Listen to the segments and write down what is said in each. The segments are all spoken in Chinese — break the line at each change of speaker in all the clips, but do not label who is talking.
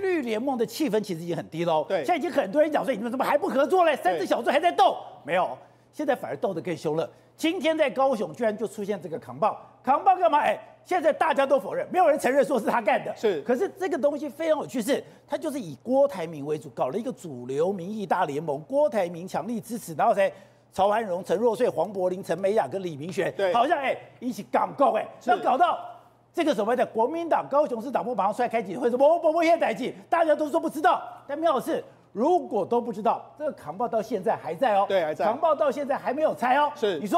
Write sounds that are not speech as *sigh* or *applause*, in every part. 绿联盟的气氛其实已经很低喽。
对
现在已经很多人讲说，你们怎么还不合作嘞？三只
对
小猪还在斗，没有，现在反而斗得更凶了。今天在高雄居然就出现这个扛棒，扛棒干嘛？哎，现在大家都否认，没有人承认说是他干的。
是
可是这个东西非常有趣是，他就是以郭台铭为主，搞了一个主流民意大联盟，郭台铭强力支持，然后才曹安荣、陈若穗、黄柏林、陈美雅跟李明玄，
对
好像哎、一起港共哎，
是
那搞到这个所谓的国民党高雄市党部马上出来开记者会说，我我我也在记，大家都说不知道，但妙的是。如果都不知道，这个扛报到现在还在哦，
对还在
扛报到现在还没有拆哦。
是
你说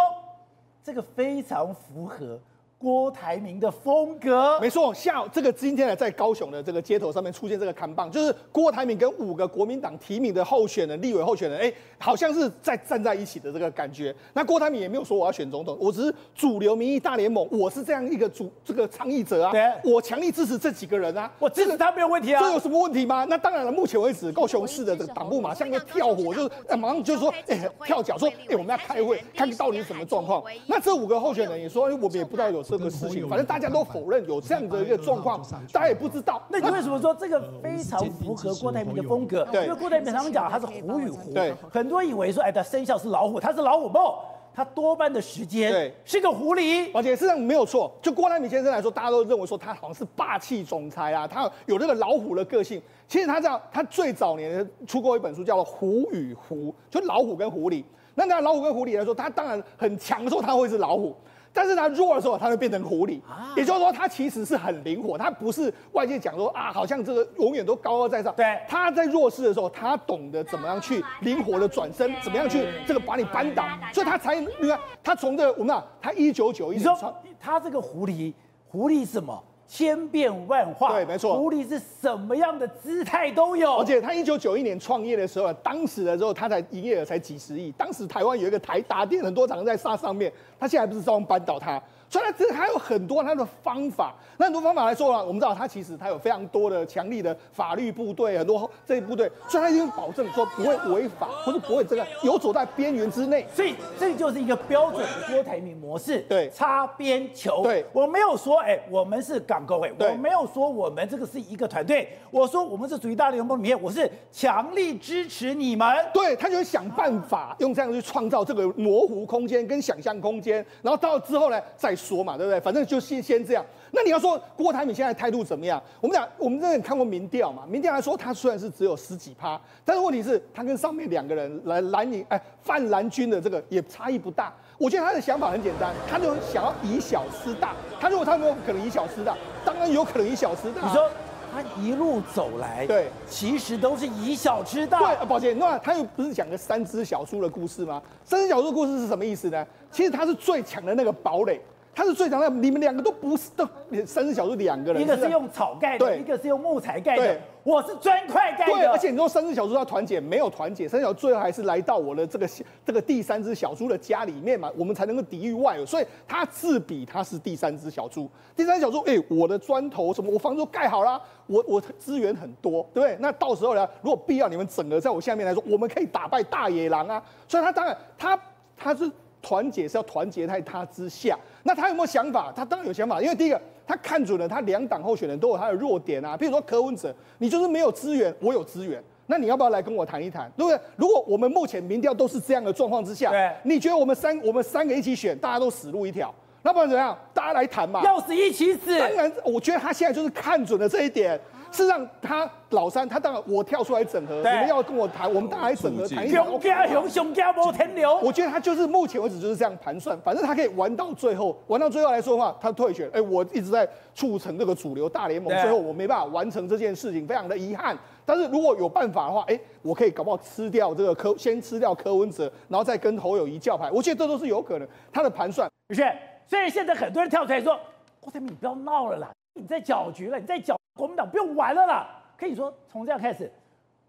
这个非常符合郭台铭的风格，
没错，下这个今天呢，在高雄的这个街头上面出现这个看棒，就是郭台铭跟五个国民党提名的候选人、立委候选人，哎、好像是在站在一起的这个感觉。那郭台铭也没有说我要选总统，我只是主流民意大联盟，我是这样一个主这个倡议者啊
对，
我强力支持这几个人啊，
我支持他没有问题啊。
这有什么问题吗？那当然了，目前为止，高雄市的这个党部马上就跳火，就是呃马上就说，哎、跳脚说，哎、我们要开会，看到底什么状况。那这五个候选人也说，哎、我们也不知道有这个事情，反正大家都否认有这样的一个状况，大家也不知道。
那你为什么说这个非常符合郭台铭的风格？
对
因为郭台铭他们讲他是虎与狐，
对
很多以为说，哎，他生肖是老虎，他是老虎梦，他多半的时间
对
是个狐狸。
而且事实上没有错，就郭台铭先生来说，大家都认为说他好像是霸气总裁啊，他有那个老虎的个性。其实他这样，他最早年出过一本书叫做《虎与狐》，就老虎跟狐狸。那那老虎跟狐狸来说，他当然很强的时候他会是老虎，但是他弱的时候他会变成狐狸。也就是说，他其实是很灵活，他不是外界讲说啊，好像这个永远都高高在上。
对
他在弱势的时候，他懂得怎么样去灵活的转身，怎么样去这个把你扳倒，所以他才你看他从这个我们啊，他一九九一
你
年
说
创
他这个狐狸，狐狸是什么？千变万化，
对没错
狐狸是什么样的姿态都有，
而且他一九九一年创业的时候啊，当时的时候他才营业额才几十亿，当时台湾有一个台达电很多厂在沙上面，他现在还不是照样扳倒他，所以他这还有很多他的方法。那很多方法来说啊，我们知道他其实他有非常多的强力的法律部队，很多这一部队，所以他已经保证说不会违法，或者不会这个游走在边缘之内。
所以这就是一个标准的郭台铭模式，
对
擦边球。
对
我没有说，哎、我们是港工会，
对
我没有说我们这个是一个团队，我说我们是属于大联盟里面，我是强力支持你们。
对他就想办法用这样去创造这个模糊空间跟想象空间，然后到之后呢再说嘛，对不对？反正就先先这样。那你要说郭台铭现在态度怎么样？我们讲，我们真的看过民调嘛？民调来说，他虽然是只有十几趴，但是问题是，他跟上面两个人来蓝营哎泛蓝军的这个也差异不大。我觉得他的想法很简单，他就想要以小失大。他如果他没有可能以小失大，当然有可能以小失大啊。
你说他一路走来，
对
其实都是以小吃大。
对，宝姐，呃那他又不是讲个三只小猪的故事吗？三只小猪的故事是什么意思呢？其实他是最强的那个堡垒，他是最强的，你们两个都不是，都三只小猪两个人，
一个
不
是用草盖的，
啊对
一个是用木材盖的
对，
我是砖块盖
对，
的。
而且你说三只小猪要团结，没有团结，三只小猪最后还是来到我的这个这个第三只小猪的家里面嘛，我们才能够抵御外有。所以他自比他是第三只小猪，第三只小猪，哎、我的砖头什么，我房子都盖好啦，我我资源很多，对不对？那到时候呢，如果必要，你们整个在我下面来说，我们可以打败大野狼啊。所以他当然他他是。团结是要团结在他之下，那他有没有想法？他当然有想法，因为第一个，他看准了他两党候选人都有他的弱点啊，譬如说柯文哲，你就是没有资源，我有资源，那你要不要来跟我谈一谈，对不对？如果我们目前民调都是这样的状况之下，
对
你觉得我们三我们三个一起选，大家都死路一条，那不然怎么样？大家来谈嘛，
要死一起死。
当然，我觉得他现在就是看准了这一点。事实上，他老三，他当然我跳出来整合，你
啊对
们要跟我谈，我们大家来整合谈一谈。
熊家熊，熊家摩天流。
*laughs*
我觉得他就是目前为止就是这样盘算，反正他可以玩到最后，玩到最后来说的话，他退选。哎、我一直在促成这个主流大联盟，
对
最后我没办法完成这件事情，非常的遗憾。但是如果有办法的话，哎、我可以搞不好吃掉这个柯，先吃掉柯文哲，然后再跟侯友谊叫牌，我觉得这都是有可能。他的盘算，
不是，所以现在很多人跳出来说：“郭台铭，你不要闹了啦，你在搅局了，你在搅国民党，不用玩了啦。”可以说，从这样开始，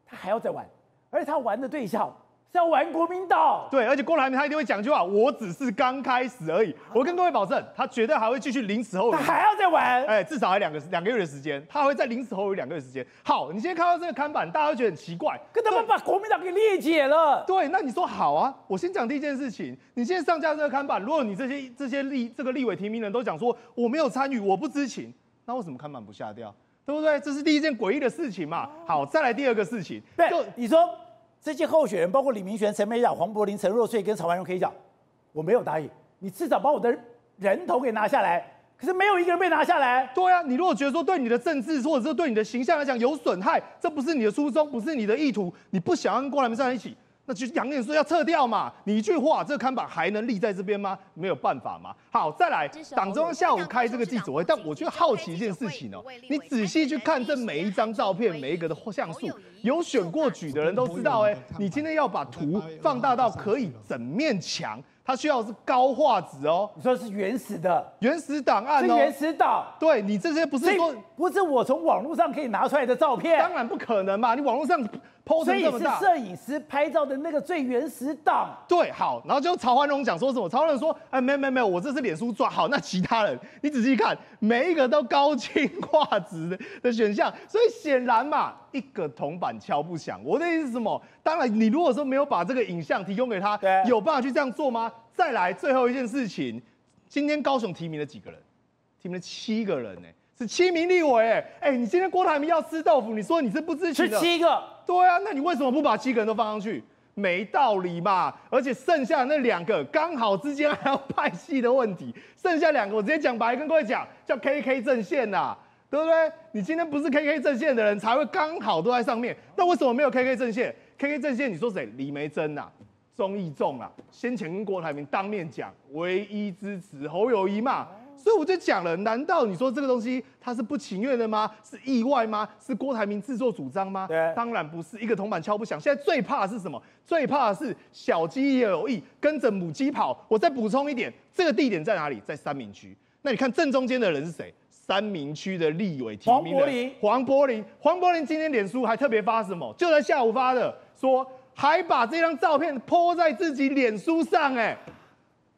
他还要再玩，而且他玩的对象是要玩国民党。
对，而且郭台铭他一定会讲一句话：“我只是刚开始而已。”我跟各位保证，他绝对还会继续临死后
他
*laughs*
援。
还要再玩，
哎，至少还两个两个月的时间，他还会在临死后有两个月的时间。好，你今天看到这个看板，大家会觉得很奇怪，
跟他们把国民党给裂解了。
对，那你说好啊，我先讲第一件事情，你现在上架这个看板，如果你这些这些立这个立委提名人都讲说我没有参与，我不知情，那为什么看板不下掉？
对不对？这是第一件诡异的事情嘛。好，再来第二个事情，
对
就，
你说这些候选人，包括李明玄、陈美雅、黄柏林、陈若穗跟曹万荣，可以讲，我没有答应，你至少把我的人头给拿下来。可是没有一个人被拿下来，
对啊，你如果觉得说对你的政治或者是对你的形象来讲有损害，这不是你的初衷，不是你的意图，你不想要跟郭台铭站在一起，那就扬言说要撤掉嘛。你一句话，这个看板还能立在这边吗？没有办法嘛。好，再来
支，持
党中央下午开这个记者会，但
侯友宜
我觉得好奇一件事情哦
为，立委
你仔细去看这每一张照片，每一个的像素
侯友，宜
有选过举的人都知道，哎，你今天要把图放大到可以整面墙，它需要是高画质哦，
你说是原始的，
原始档案
是
哦
原。始岛，
对你这些不
所
是
以
说
不是我从网络上可以拿出来的照片，
当然不可能嘛！你网络上抛
所
成
以
这么
是
大，
摄影师拍照的那个最原始档。
对，好，然后就曹焕荣讲说什么？曹焕荣说：“哎，没有没有没有，我这是脸书抓好。那其他人，你仔细看，每一个都高清画质的的选项，所以显然嘛，一个铜板敲不响。我的意思是什么？当然，你如果说没有把这个影像提供给他
对，
有办法去这样做吗？再来，最后一件事情，今天高雄提名了几个人？提名了七个人呢、欸是七名立委哎、哎、你今天郭台铭要吃豆腐，你说你是不知情
是
的，
七个，
对啊，那你为什么不把七个人都放上去？没道理嘛！而且剩下的那两个刚好之间还要派系的问题，剩下两个我直接讲白，跟各位讲，叫 KK 阵线呐、对不对？你今天不是 KK 阵线的人才会刚好都在上面，那为什么没有 KK 阵线？KK 阵线你说谁？李梅珍呐、钟义仲啊，先前跟郭台铭当面讲，唯一支持侯友谊嘛。所以我就讲了，难道你说这个东西他是不情愿的吗？是意外吗？是郭台铭自作主张吗？
对
当然不是，一个铜板敲不响。现在最怕的是什么？最怕的是小鸡也有意，跟着母鸡跑。我再补充一点，这个地点在哪里？在三明区。那你看正中间的人是谁？三明区的立委提名人
黄柏林
黄柏林，黄柏林今天脸书还特别发什么？就在下午发的，说还把这张照片泼在自己脸书上、哎，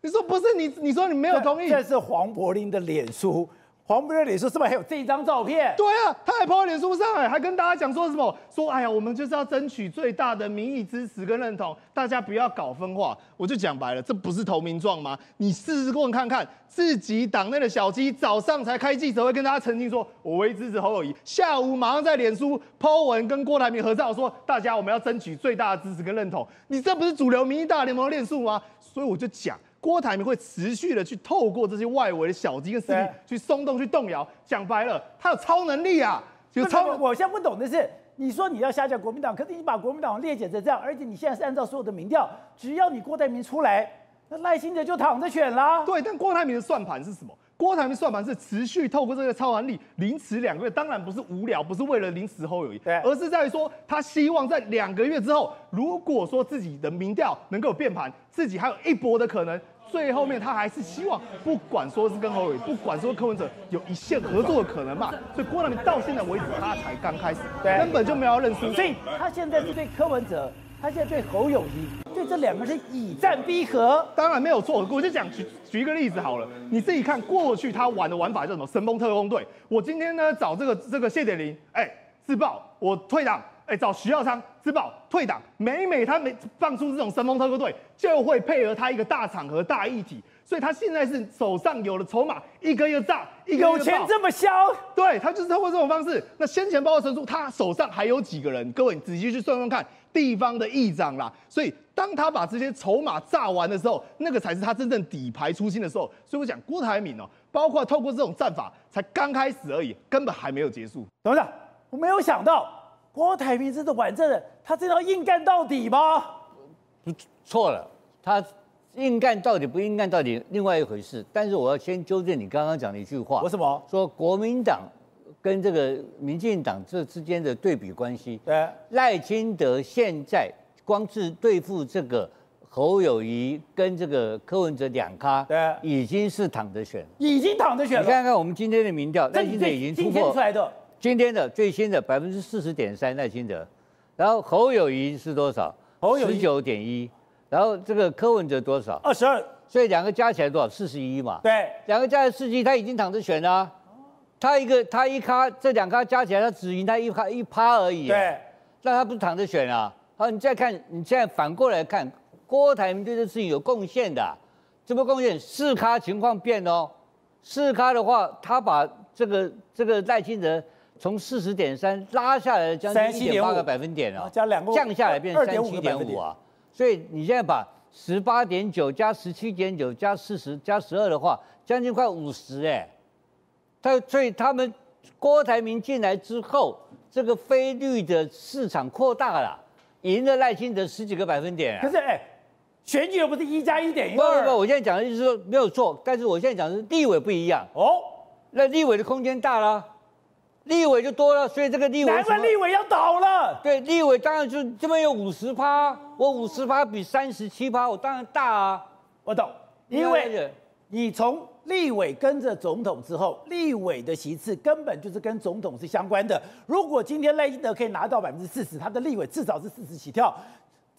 你说不是你？你说你没有同意？
这是黄柏林的脸书，黄柏林的脸书是不是还有这一张照片？
对啊，他还抛在脸书上哎、还跟大家讲说什么？说哎呀，我们就是要争取最大的民意支持跟认同，大家不要搞分化。我就讲白了，这不是投名状吗？你试试问看看，自己党内的小鸡早上才开记者会跟大家澄清说，我唯一支持侯友谊，下午马上在脸书抛文跟郭台铭合照说，大家我们要争取最大的支持跟认同。你这不是主流民意大联盟的练术吗？所以我就讲。郭台铭会持续的去透过这些外围的小鸡跟势力
对
去松动、去动摇。讲白了，他有超能力啊，有
不是我
超能
我现在不懂的是，你说你要下架国民党，可是你把国民党列解成这样，而且你现在是按照所有的民调，只要你郭台铭出来，那赖清德就躺着选啦。
对。但郭台铭的算盘是什么？郭台铭算盘是持续透过这个超能力凌迟两个月，当然不是无聊，不是为了凌迟侯友谊，
对
而是在于说他希望在两个月之后，如果说自己的民调能够有变盘，自己还有一搏的可能。最后面他还是希望，不管说是跟侯友谊，不管说柯文哲有一线合作的可能嘛，所以郭台铭到现在为止他才刚开始，
对
根本就没有要认输，
所以他现在是对柯文哲，他现在对侯友谊，对这两个是以战逼和。
当然没有错，我就讲举举一个例子好了，你自己看过去他玩的玩法叫什么？神风特工队。我今天呢找这个这个谢点林，哎、自爆，我退党，哎、找徐耀昌自爆退党。每每他每放出这种神风特工队，就会配合他一个大场合大议题，所以他现在是手上有了筹码，一个一个炸，一个一
有
个
钱
爆
这么香，
对他就是通过这种方式。那先前包括陈述，他手上还有几个人？各位你仔细去算算看，地方的议长啦。所以当他把这些筹码炸完的时候，那个才是他真正底牌出清的时候。所以我讲郭台铭哦，包括透过这种战法，才刚开始而已，根本还没有结束。
董事长，我没有想到郭台铭真的玩这个，他真的要硬干到底吗？
不错了，他硬干到底不硬干到底另外一回事。但是我要先纠正你刚刚讲的一句话，
为什么
说国民党跟这个民进党这之间的对比关系？
对
赖清德现在光是对付这个侯友谊跟这个柯文哲两咖，
对
已经是躺着选了。
已经躺着选
你
了。
看看我们今天的民调，
这
赖
你
清德
最
已经突
今天
破
出来的，
今天的最新的百分之四十点三赖清德，然后侯友谊是多少？
侯友
十
宜
九点一，然后这个柯文哲多少？
二十二，
所以两个加起来多少？四十一嘛。，
对，
两个加起来四十一，他已经躺着选了啊、他一个他一咖，这两咖加起来他只赢他一趴一趴而已。啊
对，
那他不是躺着选啊？好，你再看，你现在反过来看，郭台铭对这事情有贡献的啊、怎么贡献？四咖情况变哦，四咖的话，他把这个这个赖清德从四十点三拉下来了将近一点八
37.5
个百分点
啊
啊，
加两个
降下来变
2.5
三
个
七
百
点
分
五
点
啊，所以你现在把十八点九加十七点九加四十加十二的话，将近快五十哎，他所以他们郭台铭进来之后，这个非绿的市场扩大了，赢了赖清德十几个百分点、啊。
可是哎，选举又不是一加一等于
不不不，
二
我现在讲的意思是说没有错，但是我现在讲的是立委不一样，
哦，
那立委的空间大啦，立委就多了，所以这个立委
难怪
什么
立委要倒了。
对立委当然就这边有五十趴，我五十趴比三十七趴，我当然大啊，
我懂，因为你从立委跟着总统之后，立委的席次根本就是跟总统是相关的。如果今天赖清德可以拿到百分之四十，他的立委至少是四十起跳，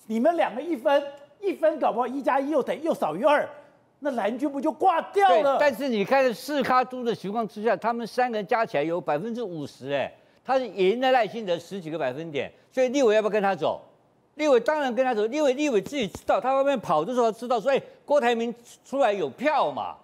你们两个一分一分，搞不好一加一又等于又少于二，那蓝军不就挂掉
对，
了？
但是你看四咖都的情况之下，他们三个人加起来有百分之五十，哎，他是赢了赖清德十几个百分点，所以立委要不要跟他走？立委当然跟他走，立委立委自己知道，他外面跑的时候知道说，哎，郭台铭出来有票嘛，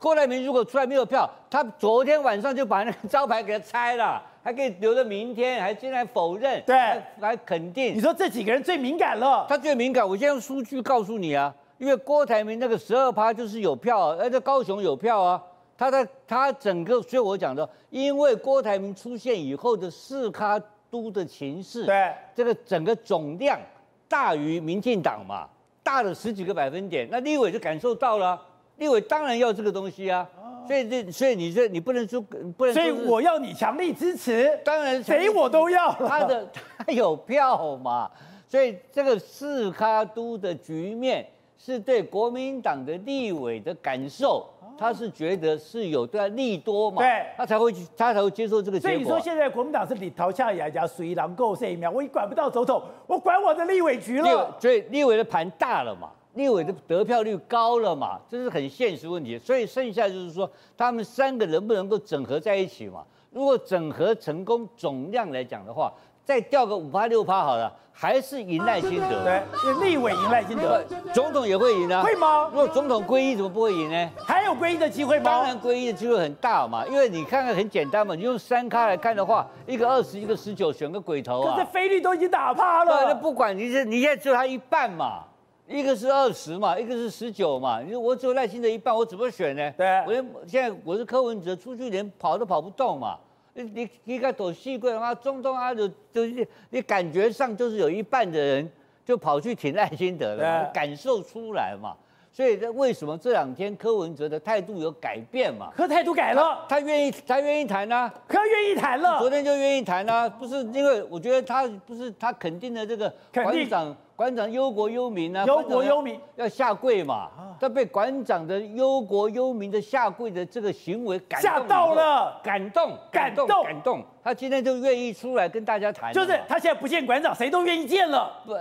郭台铭如果出来没有票，他昨天晚上就把那个招 *laughs* 牌给他拆了，还可以留到明天，还竟然否认，
对
还还肯定
你，说这几个人最敏感了，
他最敏感，我现在用数据告诉你啊，因为郭台铭那个十二趴就是有票、啊，而且高雄有票啊，他在他整个，所以我讲的，因为郭台铭出现以后的四咖都的情势，
对
这个整个总量大于民进党嘛，大了十几个百分点，那立委就感受到了啊、立委当然要这个东西啊，所以这所以你这你不能说不
哦
能说
所
是，
以我要你强力支持，
当然强力
谁我都要了。
*laughs* 他的他有票嘛，所以这个四咖都的局面是对国民党的立委的感受，他是觉得是有对他利多嘛，
对
他才会去，他才会接受这个
所以
结
你
果
说
啊。
现在国民党是里头下牙牙水狼够这一秒，我也管不到总统，我管我的立委局
立委
了。
所以立委的盘大了嘛，立委的得票率高了嘛，这是很现实问题。所以剩下就是说，他们三个能不能够整合在一起嘛？如果整合成功，总量来讲的话，再掉个五趴六趴好了，还是赢赖清德。
对，立委赢赖清德，
不总统也会赢啊？
会吗
如果总统皈依，怎么不会赢呢？
还有皈依的机会
当
吗？
然皈依的机会很大嘛，因为你看看很简单嘛，你用三咖来看的话，一个二十，一个十九，选个鬼头
可是
啊！
菲律都已经打趴
对啊，
*laughs*
那
了，
不管你是你现在只有他一半嘛，一个是二十嘛，一个是十九嘛，你说我只有赖清德一半，我怎么选呢？
对
我连现在我是柯文哲，出去连跑都跑不动嘛。你你你看躲细贵的话，中东啊，就就是你感觉上就是有一半的人就跑去挺赖清德了嘛，
对
感受出来嘛。所以这为什么这两天柯文哲的态度有改变嘛？
可态度改了，
他愿意，他愿意谈啊，
可愿意谈
*laughs* 昨
了。
天就愿意谈啦、不是因为我觉得他不是他肯定的这个
肯定
馆长，馆长忧国忧民啊，
忧
馆长
国
要
忧民啊
要下跪嘛，他被馆长的忧国忧民的下跪的这个行为感动
吓到
以后
了
感动
感动
感动，他今天就愿意出来跟大家谈了嘛，
就是他现在不见馆长，谁都愿意见了。
不，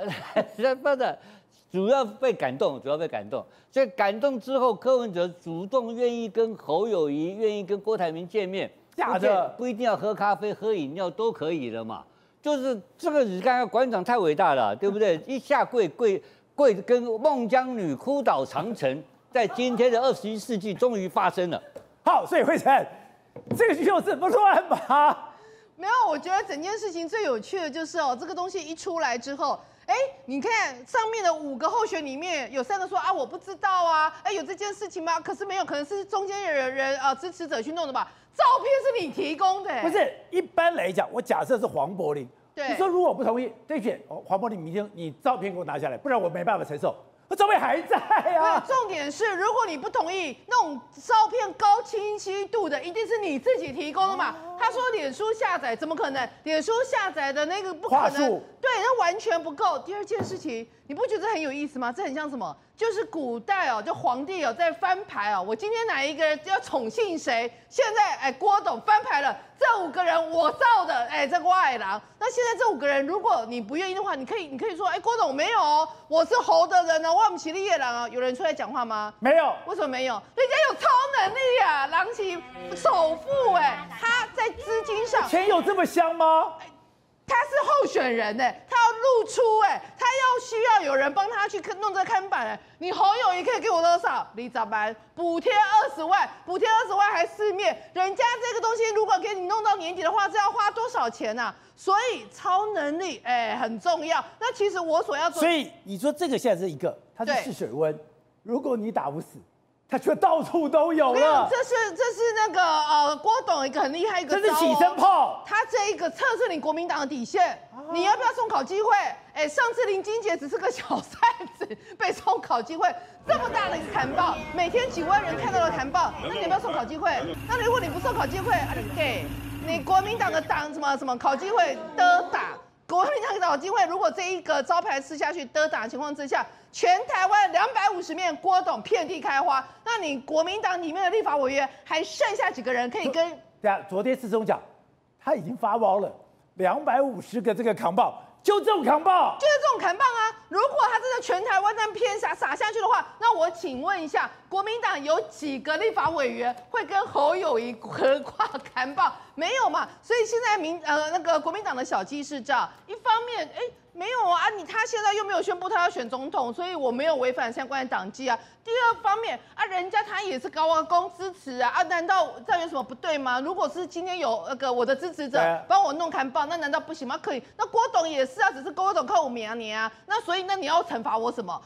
他不的，主要被感动，主要被感动。所以感动之后，柯文哲主动愿意跟侯友谊，愿意跟郭台铭见面，
假的
不一定要喝咖啡、喝饮料都可以了嘛。就是这个，你看看馆长太伟大了，对不对？一下跪跪跪，跟孟姜女哭倒长城，在今天的二十一世纪终于发生了。
好，所以慧晨，这个就是不乱吧？
没有，我觉得整件事情最有趣的就是哦，这个东西一出来之后，哎，你看上面的五个候选里面有三个说啊我不知道啊，哎有这件事情吗？可是没有，可能是中间的人人呃支持者去弄的吧？照片是你提供的、哎
不？是，一般来讲，我假设是黄柏林，
对
你说如果我不同意，对选哦，黄柏林，明天你照片给我拿下来，不然我没办法承受。我照片还在
对
啊，，
重点是，如果你不同意那种照片高清晰度的，一定是你自己提供的嘛。他说脸书下载怎么可能？脸书下载的那个不可
话
能
术，
对，那完全不够。第二件事情，你不觉得很有意思吗？这很像什么？就是古代哦，就皇帝哦在翻牌哦，我今天哪一个人要宠幸谁？现在哎，郭董翻牌了，这五个人我造的，哎，这瓜矮郎。那现在这五个人，如果你不愿意的话，你可以你可以说，哎，郭董没有哦，我是猴的人哦，我们起立夜郎哦，有人出来讲话吗？
没有，
为什么没有？人家有超能力啊，狼骑首富哎、他在资金上，
钱有这么香吗？
欸他是候选人哎、他要露出哎、他要需要有人帮他去弄这看板、哎，你侯友谊可以给我多少？李长班补贴二十万，补贴二十万还四面，人家这个东西如果给你弄到年底的话，这要花多少钱呐、所以超能力哎、很重要。那其实我所要做，
所以你说这个现在是一个，它是
对
试水温，如果你打不死，它却到处都有
我跟你讲
了，
这是这是那个呃郭董一个很厉害一个
这
招
是
哦
起身炮。
他这一个测试你国民党的底线，你要不要送考机会？哎，上次林金杰只是个小扇子，被送考机会，这么大的一个残暴，每天几万人看到了残暴，那你要不要送考机会？那如果你不送考机会，啊你 gay，你国民党的党什么什么考机会的打。国民党找机会，如果这一个招牌吃下去的打的情况之下，全台湾两百五十面郭董遍地开花，那你国民党里面的立法委员还剩下几个人可以跟
对啊，昨天四中讲他已经发包了两百五十个这个扛棒，就这种扛棒，
就是这种砍棒啊！如果他真的全台湾那偏撒撒下去的话，那我请问一下，国民党有几个立法委员会跟侯友谊合挂砍棒？没有嘛！所以现在民呃那个国民党的小鸡是这样，一方面哎。没有啊，你他现在又没有宣布他要选总统，所以我没有违反相关的党纪啊。第二方面啊，人家他也是高啊公支持啊，啊，难道这样有什么不对吗？如果是今天有那个我的支持者
对啊
帮我弄砍棒，那难道不行吗？可以。那郭董也是啊，只是郭董靠我名啊你啊，那所以那你要惩罚我什么？